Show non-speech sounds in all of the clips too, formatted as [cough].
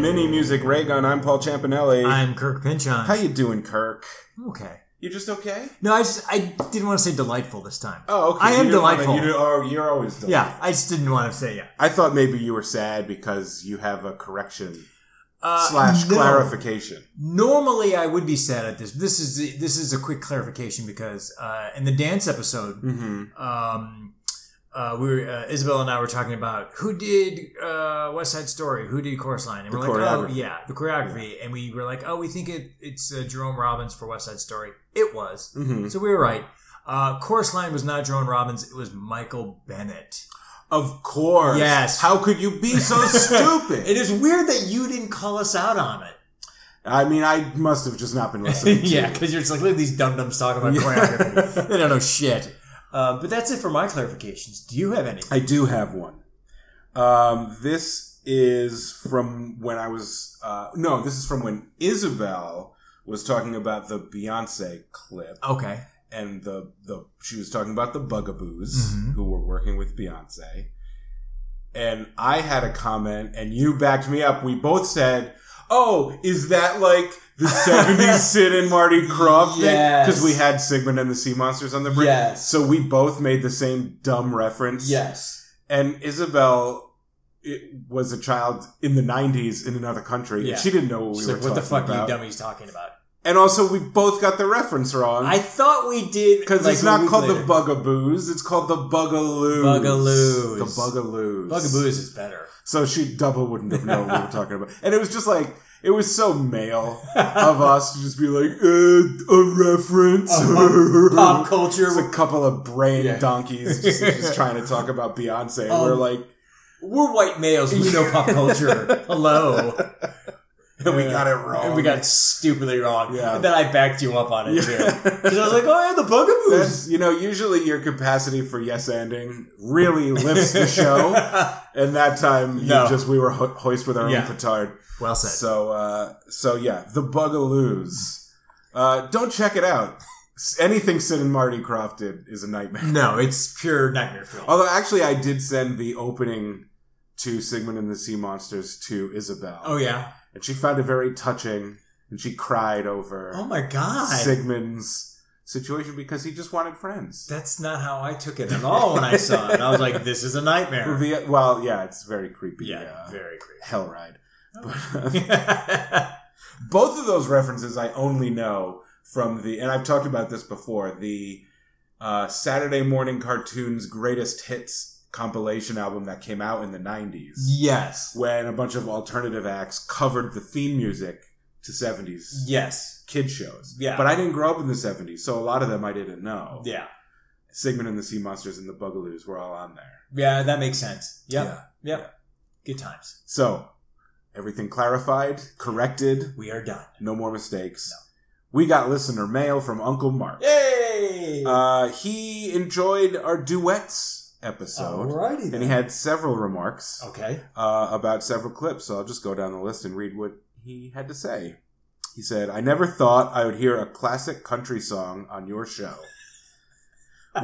Nick Raygun. I'm Paul Champanelli. I'm Kirk Pinchon. How you doing, Kirk? Okay. You just okay? No, I just I didn't want to say delightful this time. Oh, okay. I am You don't wanna- delightful. you are, you're always delightful. yeah, I just didn't want to say yeah. I thought maybe you were sad because you have a correction Uh, slash no. clarification. Normally, I would be sad at this. This is this is a quick clarification because uh, in the dance episode, Mm-hmm. um, uh, we were uh, Isabel and I were talking about who did uh, West Side Story, who did Chorus Line, and The we're like, oh choreography. yeah, the choreography, and we were like, oh, we think it, it's uh, Jerome Robbins for West Side Story. It was, Mm-hmm. so we were right. Uh, Chorus Line was not Jerome Robbins; it was Michael Bennett. Of course. Yes. How could you be [laughs] so stupid? It is weird that you didn't call us out on it. I mean, I must have just not been listening. to [laughs] yeah, you. because you're just like, look at these dum dums talking about Yeah. [laughs] choreography. they don't know shit. Uh, but that's it for my clarifications. Do you have any? I do have one. Um, this is from when I was. Uh, no, this is from when Isabel was talking about the Beyonce clip, Okay. and the the she was talking about the Bugaboos Mhm. who were working with Beyonce, and I had a comment, and you backed me up. We both said. Oh, is that like [laughs] the 70s Sid and Marty Croft thing? Yes. Because we had Sigmund and the Sea Monsters on the brain. Yes. So we both made the same dumb reference. Yes. And Isabel it, was a child in the 90s in another country. Yeah. And she didn't know what we She's were like, what the talking fuck about. are you dummies talking about? And also, we both got the reference wrong. I thought we did because like, it's a not week called later. the Bugaboos, it's called the Bugaloos. Bugaloos. The Bugaloos. Bugaboos is [laughs] better. So she double wouldn't have known what we were talking about. And it was just like, it was so male of [laughs] us to just be like, uh, a reference. Pop culture. There's a couple of brain Yeah. donkeys just, just trying to talk about Beyonce. Um, we're like, We're white males. [laughs] We know pop [laughs] culture. Hello. and we got it wrong. And [laughs] we got it stupidly wrong. Yeah. And then I backed you up on it too. Because I was [laughs] like, oh yeah, the Bugaboos. That's, you know, usually your capacity for yes ending really lifts the [laughs] show, and that time you No. just we were ho- hoist with our Yeah. own petard. well said. So, uh, so yeah, the Bugaloos. Uh, don't check it out. S- Anything Sid and Marty Croft did is a nightmare. [laughs] No, it's pure nightmare fuel. Although, actually, I did send the opening to Sigmund and the Sea Monsters to Isabel, Oh yeah. and she found it very touching, and she cried over Oh my god. Sigmund's situation because he just wanted friends. That's not how I took it at all when I saw it. I was like, this is a nightmare. The- well, yeah, it's very creepy. yeah, uh, very [laughs] hell ride. But, [laughs] creepy. both of those references I only know from the, and I've talked about this before, the uh, Saturday morning cartoons greatest hits compilation album that came out in the 90s, yes. when a bunch of alternative acts covered the theme music to 70s Yes. kid shows. Yeah. But I didn't grow up in the 70s, so a lot of them I didn't know. Yeah. Sigmund and the Sea Monsters and the Bugaloos were all on there. Yeah, that makes sense. Yep. Yeah. Yep. Good times. So, everything clarified, corrected. We are done. No more mistakes. We got listener mail from Uncle Mark. Yay! Uh, he enjoyed our duets episode, Alrighty and he had several remarks Okay. uh, about several clips. So I'll just go down the list and read what he had to say. He said, "I never thought I would hear a classic country song on your show,"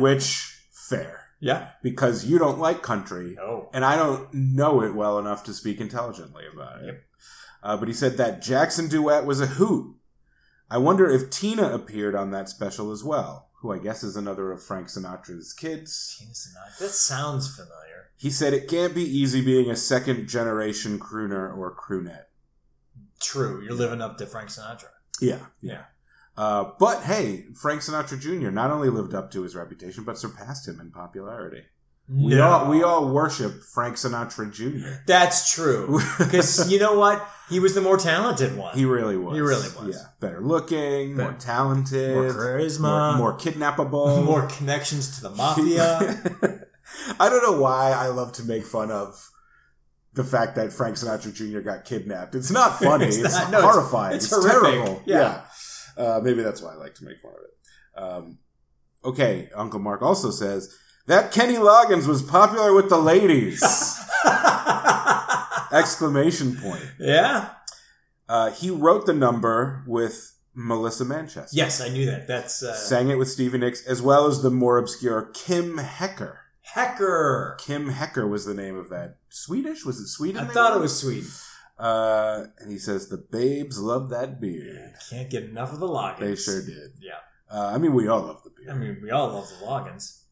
which fair Yeah. because you don't like country Oh. and I don't know it well enough to speak intelligently about it. Uh, but he said that Jackson duet was a hoot. I wonder if Tina appeared on that special as well, who I guess is another of Frank Sinatra's kids. That sounds familiar. He said it can't be easy being a second generation crooner or croonette. True. You're living up to Frank Sinatra. Yeah, Yeah. Uh, but hey, Frank Sinatra Jr. not only lived up to his reputation, but surpassed him in popularity. We all we all worship Frank Sinatra Jr. That's [laughs] true. Because you know what? He was the more talented one. He really was. He really was. Yeah, better looking, Better- more talented, more more, charisma, more kidnappable, [laughs] [laughs] more connections to the mafia. I don't know why I love to make fun of the fact that Frank Sinatra Jr. got kidnapped. It's [laughs] not funny. It's it's not- no, it's- horrifying. it's It's, horrific. terrible. Yeah. Yeah. Uh, maybe that's why I like to make fun of it. Um, okay, Uncle Mark also says that Kenny Loggins was popular with the ladies! [laughs] Exclamation point. yeah. Uh, he wrote the number with Melissa Manchester. Yes, I knew that. That's uh, sang it with Stevie Nicks, as well as the more obscure Kim Hecker. Hecker. Kim Hecker was the name of that. Swedish? Was it Sweden? I they thought were? it was sweet. Uh, and he says, The babes love that beard. Can't get enough of the Loggins. They sure did. Yeah. Uh, I mean, we all love the beard. I mean, we all love the [laughs] Loggins.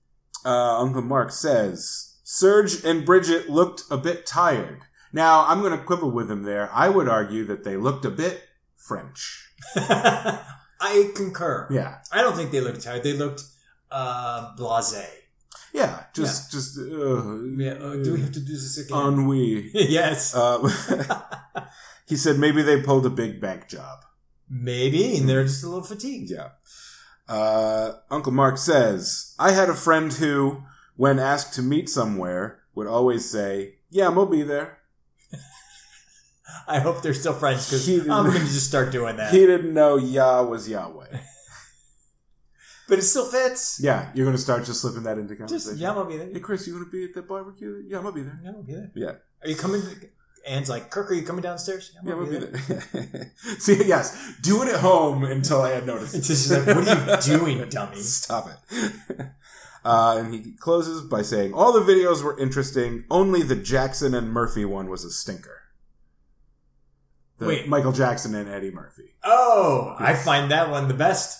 uh, Uncle Mark says, Serge and Bridget looked a bit tired. Now, I'm going to quibble with him there. I would argue that they looked a bit French. [laughs] I concur. Yeah. I don't think they looked tired. They looked uh, blasé. Yeah. Just, just, uh, Yeah, uh, do we have to do this again? ennui. Um, [laughs] yes. Uh, [laughs] he said maybe they pulled a big bank job. Maybe, and they're just a little fatigued. Yeah. Uh, Uncle Mark says, I had a friend who, when asked to meet somewhere, would always say, Yeah, I'm gonna be there. I hope they're still friends because He I'm didn't- going [laughs] to just start doing that. He didn't know Yah was [laughs] Yahweh. but it still fits. Yeah, you're gonna start just slipping that into conversation. Just, yeah, I'm going to be Hey there. Chris, you gonna be at that barbecue? Yeah, I'm gonna be there. Yeah, I'll be there. Yeah. Are you coming? Anne's like, Kirk, are you coming downstairs? Yeah, I'm I'll gonna be there. [laughs] See, yes, do it at home until I had noticed. It's just like, what [laughs] are [laughs] you doing, dummy? Stop it. [laughs] Uh, and he closes by saying, "All the videos were interesting. Only the Jackson and Murphy one was a stinker." The Wait. Michael Jackson and Eddie Murphy. Oh, I Yes. find that one the [laughs] best.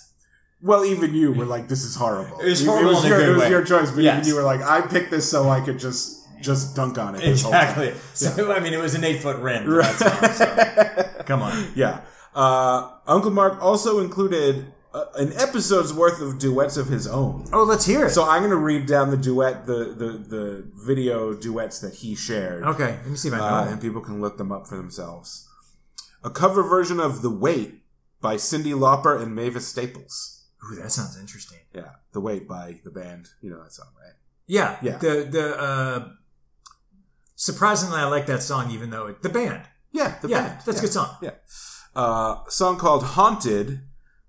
Well, even you were like, "This is horrible." It was You- horrible in a your, good it was way. your choice, but Yes. even you were like, "I picked this so I could just just dunk on it." this whole time." Exactly. So, I mean, it was an eight foot [laughs] rim. for that song, so. Right. [laughs] Come on. Yeah. Uh, Uncle Mark also included uh, an episode's worth of duets of his own. Oh, let's hear it. So I'm going to read down the duet, the, the, the video duets that he shared. okay, let me see if I Uh, know. and people can look them up for themselves. A cover version of The Wait by Cindy Lauper and Mavis Staples. Ooh, that sounds interesting. Yeah. The Wait by the band. You know that song, right? Yeah, Yeah. The the uh, surprisingly, I like that song, even though it, the band. Yeah, the yeah, band. that's a good song. Uh, a song called Haunted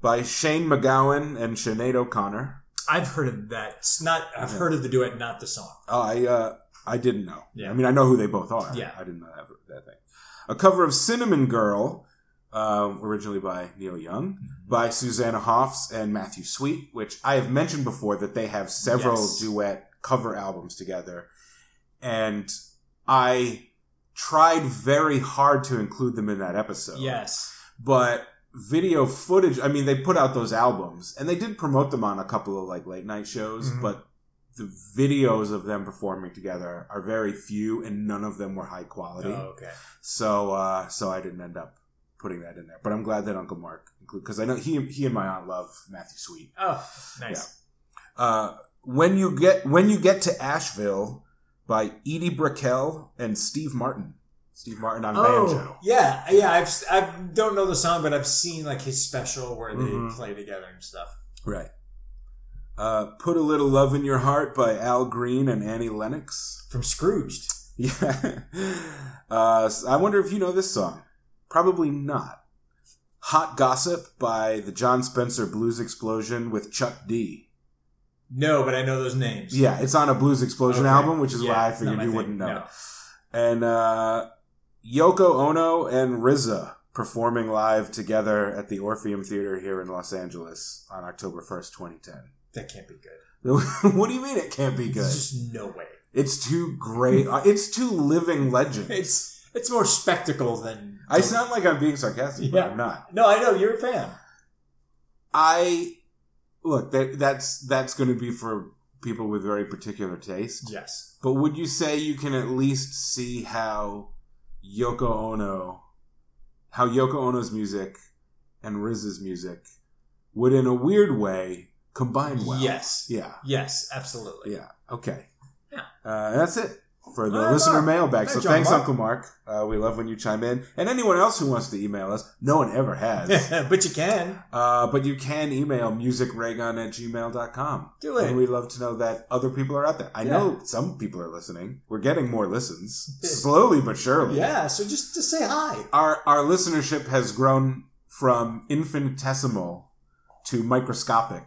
by Shane McGowan and Sinead O'Connor. I've heard of that. It's not. I've Yeah. heard of the duet, not the song. I uh, I didn't know. Yeah. I mean, I know who they both are. Yeah. I didn't know that, that thing. A cover of Cinnamon Girl, um, originally by Neil Young, Mm-hmm. by Susanna Hoffs and Matthew Sweet, which I have mentioned before that they have several Yes. duet cover albums together. And I tried very hard to include them in that episode. Yes. But video footage, I mean, they put out those albums and they did promote them on a couple of like late night shows, Mhm. but the videos of them performing together are very few and none of them were high quality. Oh, okay. So, uh, so I didn't end up putting that in there, but I'm glad that Uncle Mark included because I know he, he and my aunt love Matthew Sweet. Oh, nice. Uh, when you get, when you get to Asheville by Edie Brickell and Steve Martin, Steve Martin on Oh, banjo. yeah, yeah. I've s- I don't know the song, but I've seen like his special where they Mhm. play together and stuff. Right. Uh, Put a Little Love in Your Heart by Al Green and Annie Lennox. [laughs] From Scrooged. Yeah. Uh, s- I wonder if you know this song. Probably not. Hot Gossip by the John Spencer Blues Explosion with Chuck D. No, but I know those names. Yeah, it's on a Blues Explosion Okay. album, which is Yeah, why I it's figured not my you thing, wouldn't know. no. And uh, Yoko Ono and RZA performing live together at the Orpheum Theater here in Los Angeles on October 1st, 2010. That can't be good. [laughs] what do you mean it can't be good? There's just no way. It's too [laughs] great. Uh, It's too living legend. It's it's more spectacle than I sound like I'm being sarcastic, but Yeah. I'm not. No, I know you're a fan. I look that that's that's going to be for people with very particular taste. Yes. But would you say you can at least see how Yoko Ono, how Yoko Ono's music and Riz's music would, in a weird way, combine well? Yes. Yeah. Yes, absolutely. Yeah. Okay. Yeah. Uh, that's it for the All right, listener Mark. mailbag. So Thanks, John thanks, Mark. Uncle Mark. Uh, we love when you chime in, and anyone else who wants to email us. No one ever has. [laughs] but you can uh, but you can email musicraygun at gmail.com. do And it. we love to know that other people are out there. I know some people are listening. We're getting more [laughs] listens, slowly but surely. Yeah, so just to say hi. Our our listenership has grown from infinitesimal to microscopic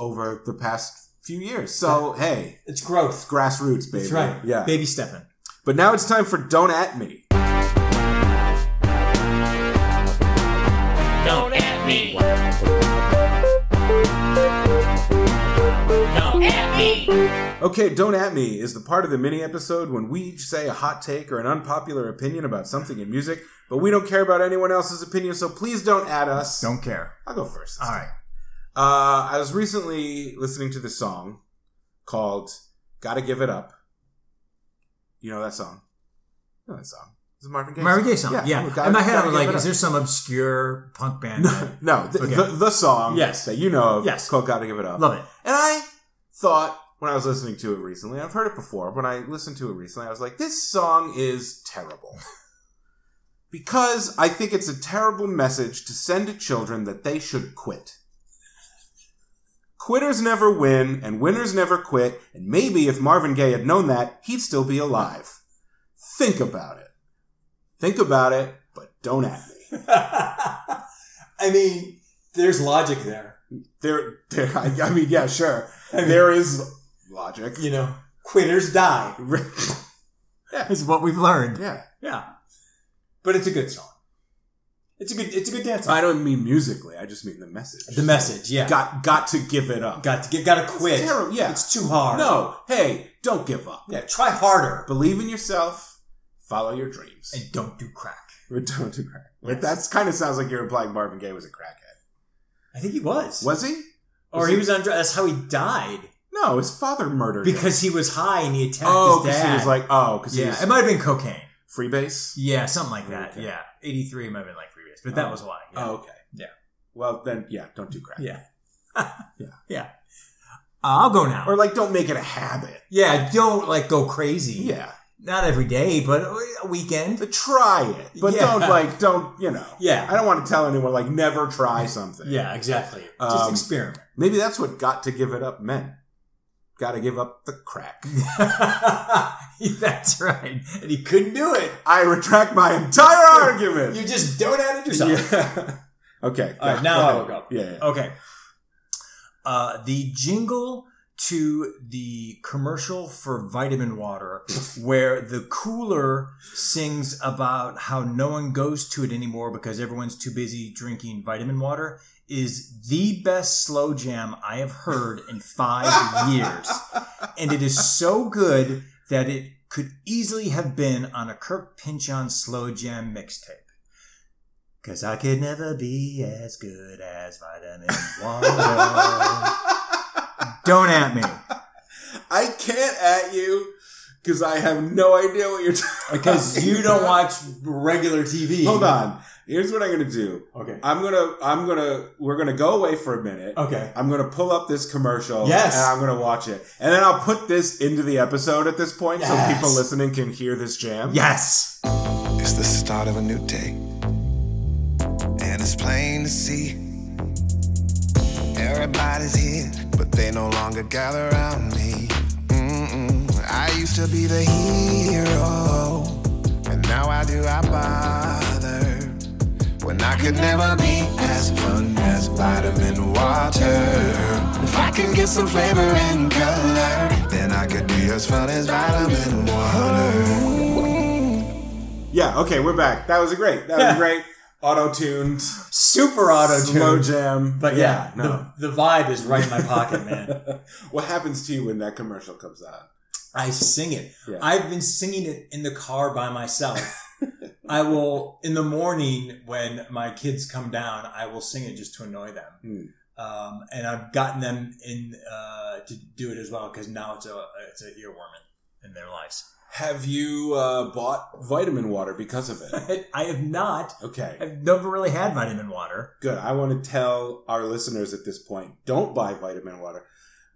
over the past few years. So hey, It's growth. grassroots, baby. That's right. Yeah. Baby Stefan. But now it's time for Don't At Me. Don't at me. Don't at me. Okay, Don't At Me is the part of the mini episode when we each say a hot take or an unpopular opinion about something in music, but we don't care about anyone else's opinion, so please don't at us. Don't care. I'll go first. All right. Uh, I was recently listening to this song called Gotta Give It Up. You know that song? You know that song. This is Marvin Gaye. Marvin Gaye song. Yeah. Oh, gotta- In my head, I gotta was give like, it is up. there some obscure punk [laughs] band? that- No, the, Okay. the, the song Yes. that you know of Yes. called Gotta Give It Up. Love it. And I thought when I was listening to it recently, and I've heard it before, when I listened to it recently, I was like, this song is terrible. because I think it's a terrible message to send to children that they should quit. Quitters never win, and winners never quit, and maybe if Marvin Gaye had known that, he'd still be alive. Think about it. Think about it, but don't at me. [laughs] I mean, there's logic there. There, there [laughs] I, I mean, yeah, sure. There is logic. You know, [laughs] quitters die, [laughs] Is what we've learned. yeah. Yeah. but it's a good song. It's a good. It's a good dance I song. don't mean musically. I just mean the message. The message, yeah. Got got to give it up. got to get. Got to quit. It's terrible. Yeah. It's too hard. no. Hey, don't give up. Yeah. Try harder. Believe in yourself. Follow your dreams. And don't do crack. Don't do crack. Like, that's kind of sounds like you're implying Marvin Gaye was a crackhead. I think he was. Was he? Or was he he- was on. dr- That's how he died No, his father murdered him. because he was high and he attacked oh, his because dad. he was like oh, because Yeah. he It was might have been cocaine. freebase. Yeah, something like that. Okay. Yeah. 83 might have been like previous, but that Oh. was why. Yeah. Oh, okay. Yeah. Well, then, yeah, don't do crack. Yeah. Uh, I'll go now. Or like, don't make it a habit. yeah, don't like go crazy. Yeah. Not every day, but a weekend. But try it. But Yeah. don't like, don't you know? yeah, I don't want to tell anyone like never try something. yeah, exactly. Just Um, experiment. Maybe that's what got to give it up meant. Got to give up the crack. [laughs] That's right. And he couldn't do it. I retract my entire argument. You just don't at it yourself. Yeah. [laughs] okay. All right, yeah, now I ahead. will go. Yeah. yeah. Okay. Uh, the jingle to the commercial for vitamin water, where the cooler sings about how no one goes to it anymore because everyone's too busy drinking vitamin water, is the best slow jam I have heard in five years. And it is so good that it could easily have been on a Kirk Pinchon slow jam mixtape. Cause I could never be as good as vitamin water. Don't at me. I can't at you because I have no idea what you're talking. Because you don't watch regular TV. Hold on. Here's what I'm gonna do. Okay. I'm gonna. I'm gonna. We're gonna go away for a minute. Okay. I'm gonna pull up this commercial. Yes. And I'm gonna watch it, and then I'll put this into the episode at this point, so Yes. people listening can hear this jam. Yes. It's the start of a new day. And it's plain to see. Everybody's here, but they no longer gather around me. Mm-mm. I used to be the hero, and now I do I bother. When I could never be as fun as vitamin water. If I can get some flavor and color, then I could be as fun as vitamin water. Yeah, okay, we're back. That was a great. That was [laughs] great. Auto tuned, Super auto slow tune. jam. But yeah, no. the, the vibe is right in my pocket, man. [laughs] what happens to you when that commercial comes on? I sing it. Yeah. I've been singing it in the car by myself. I will in the morning when my kids come down. I will sing it just to annoy them, Hmm. um, and I've gotten them in uh, to do it as well because now it's a it's an earworm in, in their lives. Have you uh, bought vitamin water because of it? I have not. Okay, I've never really had vitamin water. good. I want to tell our listeners at this point: don't buy vitamin water.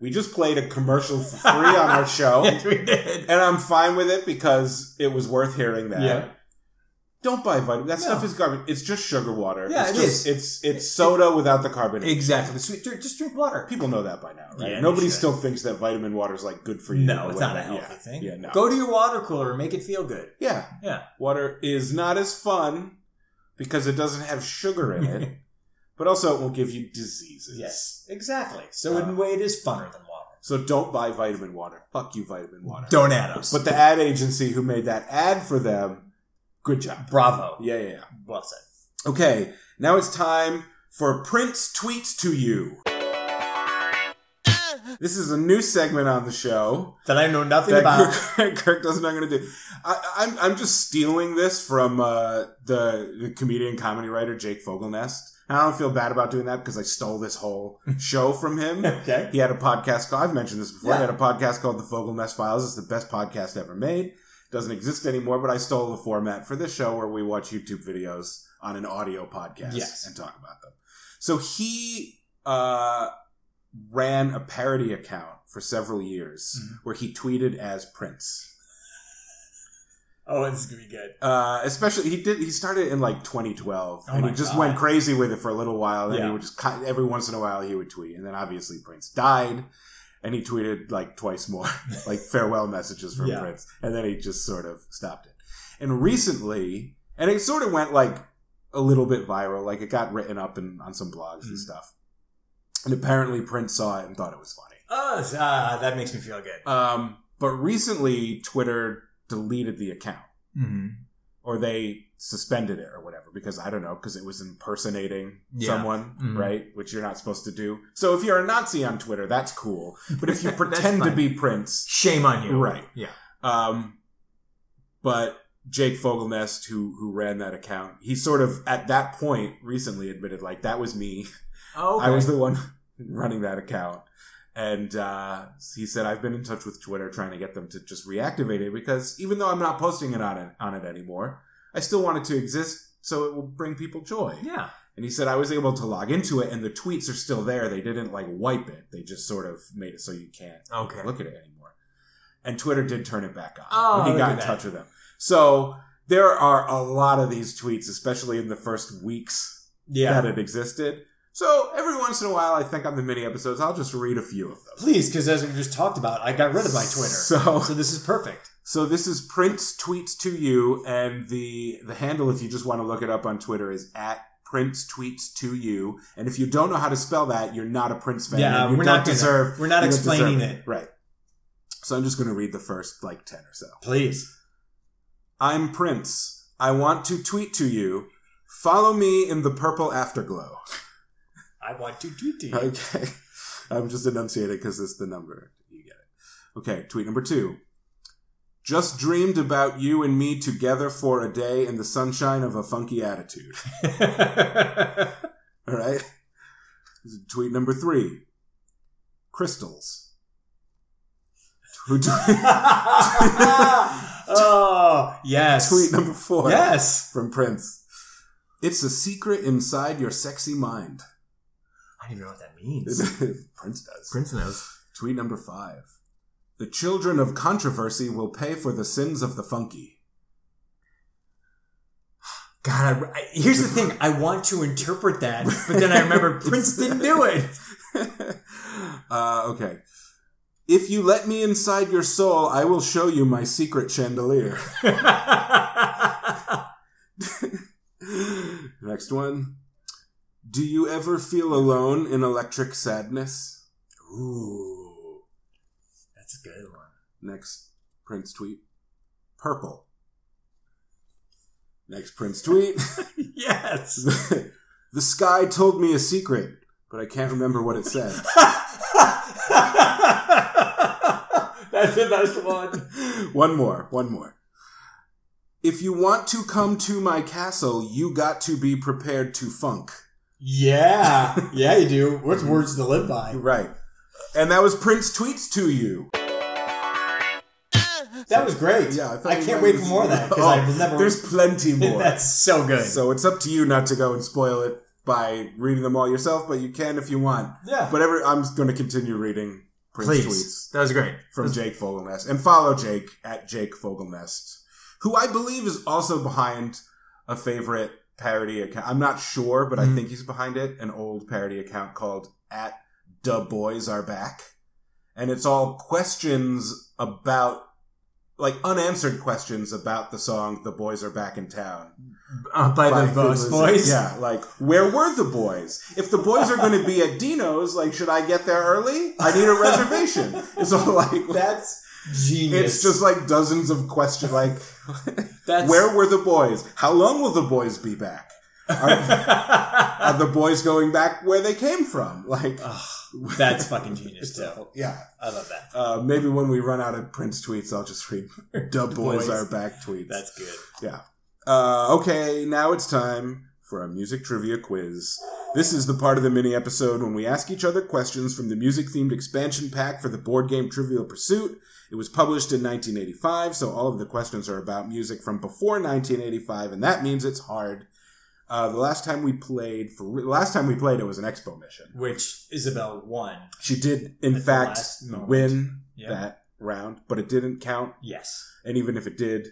We just played a commercial for free on our [laughs] show, Yes, we did. and I'm fine with it because it was worth hearing that. Yeah. Don't buy vitamin. That No. stuff is garbage. It's just sugar water. Yeah, it's it just, is. It's it's soda without the carbonation. Exactly. Sweet, dr- just drink water. People know that by now, right? Yeah, Nobody they should. still thinks that vitamin water is like good for you. No, or it's not a whatever. healthy yeah. thing. Yeah, no. Go to your water cooler and make it feel good. yeah, Yeah. Water is not as fun because it doesn't have sugar in [laughs] it, but also it won't give you diseases. Yes, exactly. So in Uh, a way, it is funner than water. So don't buy vitamin water. Fuck you, vitamin water. Don't add us. But the ad agency who made that ad for them, good job. Bravo. Yeah, yeah, yeah. Well said. Okay, now it's time for Prince tweets to you. Uh, This is a new segment on the show that I know nothing that about. Kirk, [laughs] Kirk doesn't know I'm going to do. I, I'm, I'm just stealing this from uh, the, the comedian comedy writer Jake Fogelnest. And I don't feel bad about doing that because I stole this whole [laughs] show from him. Okay. He had a podcast called, I've mentioned this before. Yeah. He had a podcast called The Fogel Nest Files. It's the best podcast ever made. Doesn't exist anymore, but I stole the format for this show where we watch YouTube videos on an audio podcast Yes. and talk about them. So he uh, ran a parody account for several years Mm-hmm. where he tweeted as Prince. Oh, this is gonna be good. Uh, especially he did he started in like 2012 Oh and he my just God. went crazy with it for a little while and he Yeah. would just cut every once in a while he would tweet and then obviously prince died and he tweeted like twice more [laughs] like farewell messages from Yeah. prince and then he just sort of stopped it and recently and it sort of went like a little bit viral like it got written up in, on some blogs and Mhm. stuff and apparently prince saw it and thought it was funny Oh, ah, that makes me feel good. um, but recently twitter deleted the account Mm-hmm. or they suspended it or whatever because I don't know because it was impersonating Yeah. someone, Mhm. right? Which you're not supposed to do. So if you're a Nazi on Twitter, that's cool. But if [laughs] [laughs] you That's pretend to fine. be Prince, Shame on you. Right. Yeah. um, but Jake Fogelnest, who who ran that account, he sort of at that point recently admitted like that was me. Oh, I was the one [laughs] running that account. And uh, he said, I've been in touch with Twitter trying to get them to just reactivate it because even though I'm not posting it on it, on it anymore, I still want it to exist so it will bring people joy. yeah. And he said, I was able to log into it and the tweets are still there. They didn't like wipe it, they just sort of made it so you can't Okay. look at it anymore. And Twitter did turn it back on Oh, when he look got at in that. touch with them. So there are a lot of these tweets, especially in the first weeks Yeah. that it existed. So every once in a while, I think on the mini episodes, I'll just read a few of those. Please, because as we just talked about, I got rid of my Twitter. So, So this is perfect. so this is Prince tweets to you, and the the handle if you just want to look it up on Twitter is at Prince tweets to you. And if you don't know how to spell that, you're not a Prince fan. Yeah, and you we're don't not gonna- deserve. We're not you don't explaining deserve it. right. So I'm just going to read the first like ten or so. Please. I'm Prince. I want to tweet to you. Follow me in the purple afterglow. I want to tweet to you. [laughs] Okay. I'm just enunciating because it's the number. You get it. Okay, tweet number two. Just dreamed about you and me together for a day in the sunshine of a funky attitude. [laughs] All right. Tweet number three. Crystals. Tweet, [laughs] oh yes. tweet number four. Yes. From Prince. It's a secret inside your sexy mind. I don't even know what that [laughs] means. [laughs] Prince does. Prince knows. Tweet number five. The children of controversy will pay for the sins of the funky. [sighs] God, I, I, here's the thing. I want to interpret that, but then I [laughs] remember Prince didn't do it. uh, okay. If you let me inside your soul, I will show you my secret chandelier. [laughs] Next one. Do you ever feel alone in electric sadness? Ooh, that's a good one. Next Prince tweet. Purple. Next Prince tweet. [laughs] Yes. the sky told me a secret, but I can't remember what it said. [laughs] that's the best one. one more, one more. If you want to come to my castle, you got to be prepared to funk. Yeah. Yeah, you do. What's words to live by? Right. And that was Prince tweets to you. That was great. Yeah, I, thought you can't might wait for just- more [laughs] of that because Oh, I will never. [laughs] There's [laughs] plenty more. [laughs] That's so good. so it's up to you not to go and spoil it by reading them all yourself, but you can if you want. yeah. But every I'm going to continue reading Prince Please. tweets That was great. from Jake Fogelnest and follow Jake at Jake Fogelnest, who I believe is also behind a favorite parody account. I'm not sure, but I Mhm. think he's behind it. An old parody account called at the boys are back, and it's all questions about like unanswered questions about the song "The Boys Are Back in Town." Uh, by, the Boss Boys. [laughs] Yeah, like where were the boys? If the boys are going to be at Dino's, like should I get there early? I need a reservation. [laughs] It's all like That's genius. it's just like dozens of questions. Like [laughs] That's, where were the boys? How long will the boys be [laughs] back? Are, are the boys going back where they came from? Like Ugh. That's fucking [laughs] genius It's too. awful. Yeah. I love that. Uh, maybe when we run out of Prince tweets, I'll just read "Du Bois Bois. are back" tweets. That's good. Uh, okay, now it's time for a music trivia quiz. This is the part of the mini episode when we ask each other questions from the music themed expansion pack for the board game Trivial Pursuit. It was published in 1985, so all of the questions are about music from before 1985, and that means it's hard. Uh, the last time we played for last time we played it was an expo mission. Which Isabel won. She did, in At the fact, last moment. win Yeah. that round, but it didn't count. Yes. And even if it did,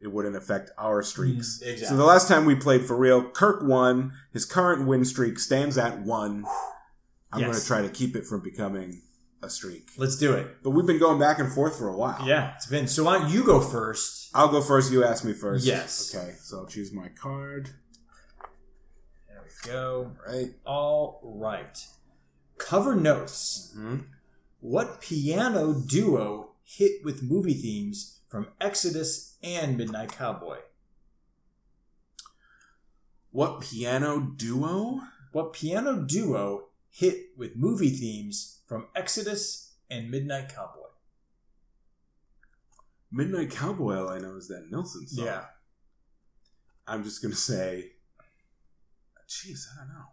it wouldn't affect our streaks. Mm, Exactly. Mm-hmm. So the last time we played for real, Kirk won. His current win streak stands at one. I'm Yes. going to try to keep it from becoming a streak. Let's do it. But we've been going back and forth for a while. Yeah, it's been. So why don't you go first? I'll go first. You ask me first. Yes. Okay. So I'll choose my card. There we go. All Right. All right. Cover notes. Mhm. What piano duo hit with movie themes from Exodus and Midnight Cowboy? What piano duo? What piano duo hit with movie themes from Exodus and Midnight Cowboy? Midnight Cowboy. All I know is that Nilsson song. Yeah. I'm just going to say. Jeez, I don't know.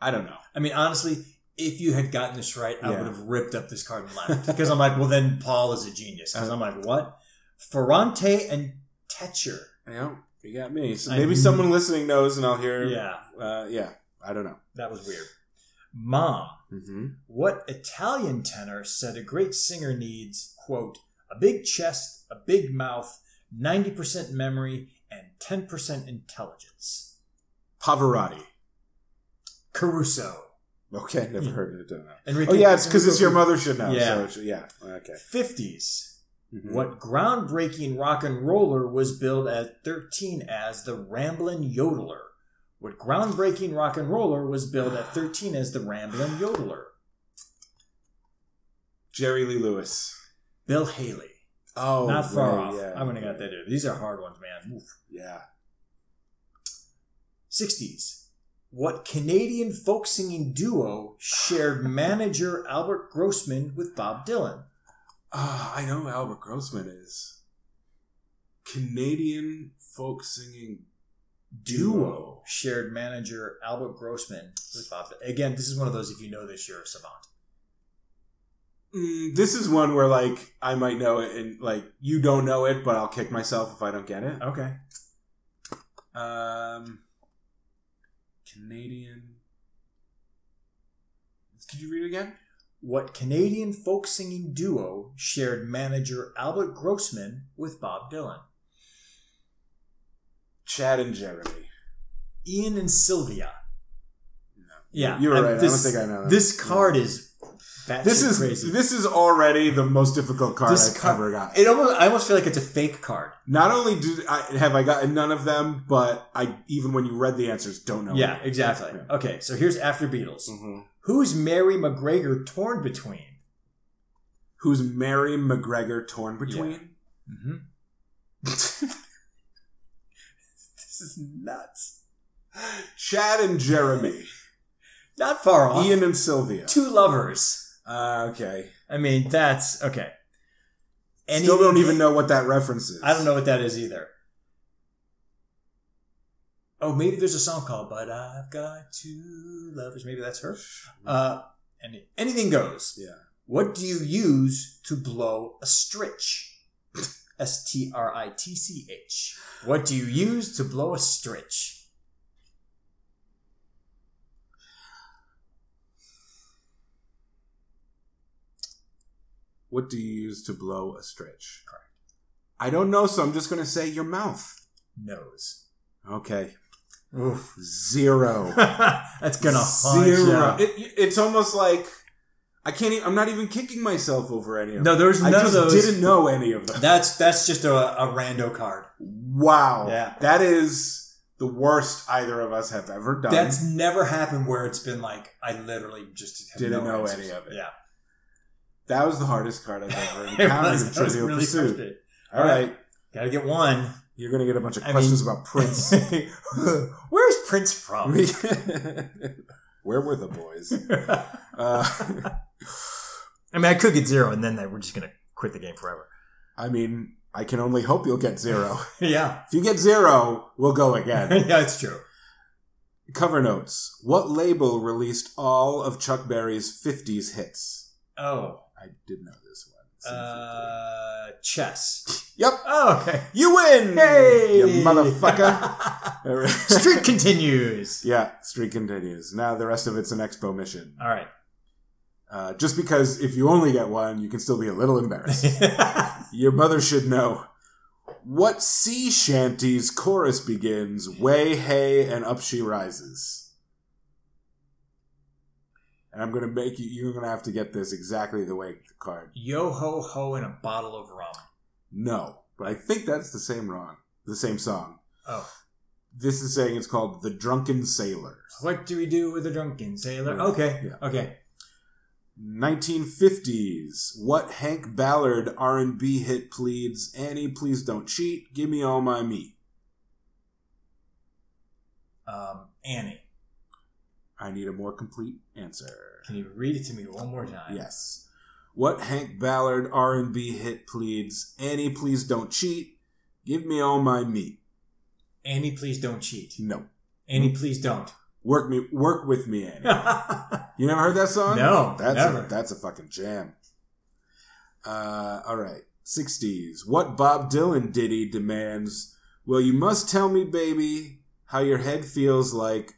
I don't know. I mean, honestly, if you had gotten this right, I Yeah. would have ripped up this card and left because I'm like, well, then Paul is a genius. Because Uh-huh. I'm like, what? Ferrante and Tetcher. You know, you got me. So I- maybe someone listening knows, and I'll hear. Yeah, Uh, yeah. I don't know. that was weird. Mom, Mm-hmm. what Italian tenor said a great singer needs, quote, a big chest, a big mouth, 90% memory, and 10% intelligence? Pavarotti. Caruso. Okay, never Yeah. heard it. Don't know. Enrique, Oh yeah, it's because it's your Enrico- mother should know. Yeah. Mm-hmm. so it should- yeah. Okay. 50s. Mhm. What groundbreaking rock and roller was billed at 13 as the Ramblin' Yodeler? What groundbreaking rock and roller was billed at 13 as the Ramblin' Yodeler? Jerry Lee Lewis. Bill Haley. Oh, Not far right, off. Yeah. I wouldn't have got that. either. These are hard ones, man. Oof. Yeah. 60s. What Canadian folk singing duo shared manager Albert Grossman with Bob Dylan? Ah, I know who Albert Grossman is. Canadian folk singing Duo shared manager Albert Grossman with Bob Dylan. Again, this is one of those if you know this, you're a savant. Mm, this is one where like I might know it, and like you don't know it, but I'll kick myself if I don't get it. Okay. Um, Canadian. Could you read it again? What Canadian folk singing duo shared manager Albert Grossman with Bob Dylan? Chad and Jeremy. Ian and Sylvia. Yeah, You were I- right. I don't This, think I know that. This card is batshit This is crazy. this is already the most difficult card This I've card- ever got. it almost I almost feel like it's a fake card. Not only did I have I gotten none of them, but I even when you read the answers, don't know. yeah, it. exactly. Yeah. Okay, so here's after Beatles. Mhm. Who's Mary McGregor torn between? Who's Mary McGregor torn between? [laughs] Mm-hmm. this is nuts. Chad and Jeremy, Not far off. Ian and Sylvia. Two lovers. Uh, okay, Ah, I mean, that's okay. Any- still don't even know what that reference is. I don't know what that is either. Oh, maybe there's a song called "But I've Got Two Lovers." Maybe that's her. Uh, any, anything goes. Yeah. What do you use to blow a stritch? [laughs] S T R I T C H. What do you use to blow a stritch? What do you use to blow a stretch? Correct. I don't know, so I'm just going to say your mouth. Nose. [laughs] Okay, Oof. zero. that's gonna haunt zero. you. It, it's almost like I can't. Even, I'm not even kicking myself over any of them. No, there's I none just of those. didn't know any of them. That's that's just a, a rando card. Wow. Yeah. That is the worst either of us have ever done. That's never happened where it's been like I literally just have Didn't no know answers. any of it. Yeah, that was the hardest card I've ever [laughs] It encountered was- in that was Trivial really Pursuit. frustrating. All right. Gotta get one. You're going to get a bunch of I [laughs] questions about Prince. Where's Prince from? We- [laughs] Where were the boys? uh, [laughs] I mean, I could get zero, and then they, we're just gonna quit the game [laughs] forever. I mean, I can only hope you'll get zero. yeah, If you get zero, we'll go again. [laughs] yeah, it's true. Cover notes. What label released all of Chuck Berry's 50s hits? Oh, I did know this one. It's in the 50s. Uh, chess. [laughs] yep. oh, okay. You win! Hey, You motherfucker. All [laughs] right. [laughs] Streak continues. yeah, streak continues. Now the rest of it's an expo mission. [laughs] All right. [laughs] Uh, just because if you only get one, you can still be a little [laughs] embarrassed. Your mother should know. What sea shanty's chorus begins, way hey and up she rises. And I'm gonna make you you're gonna have to get this exactly the way the card. Yo ho ho and a bottle of rum. No. But I think that's the same wrong. The same song. Oh. This is saying it's called The Drunken Sailor. What do we do with a drunken sailor? Okay, Yeah. okay. 1950s. What Hank Ballard R&B hit pleads, Annie, please don't cheat, give me all my meat. Um, Annie, I need a more complete answer. can you read it to me one more time? Yes. What Hank Ballard R&B hit pleads, Annie, please don't cheat, give me all my meat. Annie, please don't cheat. No. Annie, please don't. [laughs] Work me, work with me, Annie. oh, You never heard that song? No, that's never. A, that's a fucking jam. Uh, all right, sixties. What Bob Dylan ditty demands? Well, you must tell me, baby, how your head feels like.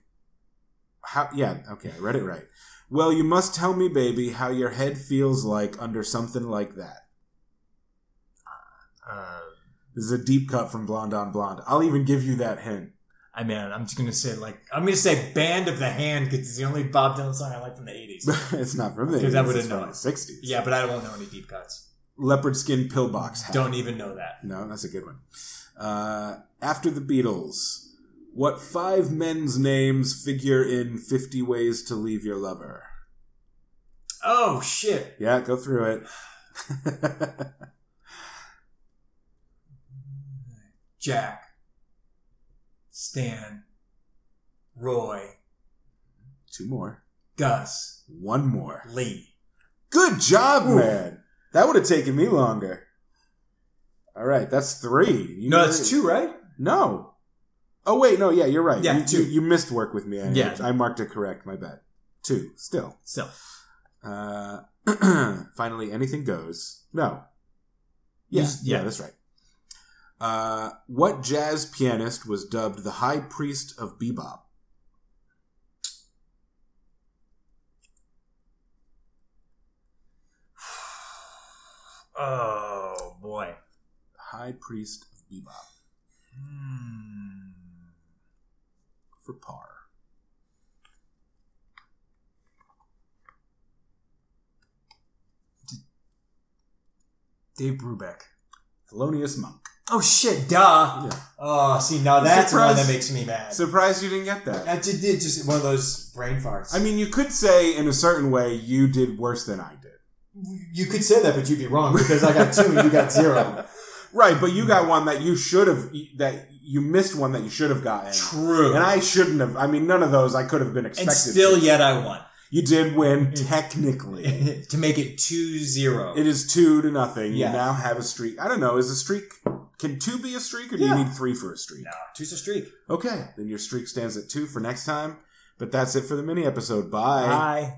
How? Yeah, okay, I read it right. Well, you must tell me, baby, how your head feels like under something like that. uh, This is a deep cut from Blonde on Blonde. I'll even give you that hint. [laughs] I mean, I'm just gonna say like I'm gonna say "Band of the Hand" because it's the only Bob Dylan song I like from the [laughs] '80s. it's not from the 'Cause I 80s, would've it's from known. the sixties. yeah, but I don't know any deep cuts. leopard skin pillbox hat. Don't even know that. No, that's a good one. Uh, after the Beatles, what five men's names figure in 50 Ways to Leave Your Lover? Oh shit! Yeah, go through it. [laughs] Jack, Stan, Roy, Two more. Gus, One more. Lee. Good job, man. That would have taken me longer. All right, that's three. You No, knew that's it. two, right? No. Oh, wait, no, yeah, you're right. Yeah, you, two. You, you missed work with me. I, Yeah. I marked it correct, my bad. Two, still. So Uh, [clears throat] finally, anything goes. No. Yeah, Yes, yeah, yeah. that's right. Uh, what jazz pianist was dubbed the high priest of bebop? [sighs] Oh boy. High priest of bebop Hmm. for par. Dave Brubeck. Thelonious Monk. Oh shit! Duh. Yeah. Oh, see now that's the one Surprise. that makes me mad. Surprised you didn't get that. That just did just one of those brain farts. I mean, you could say in a certain way you did worse than I did. you could say that, but you'd be wrong because I got two and you [laughs] got zero. Right, but you Mm. got one that you should have that you missed one that you should have gotten. True. And I shouldn't have. I mean, none of those I could have been expected. And still, to. yet I won [laughs] you did win technically. to make it two zero. It is two to nothing. Yeah. You now have a streak. I don't know. Is a streak? Can two be a streak, or do Yeah. you need three for a streak? No, two's a streak. Okay, then your streak stands at two for next time. But that's it for the mini episode. Bye. Bye.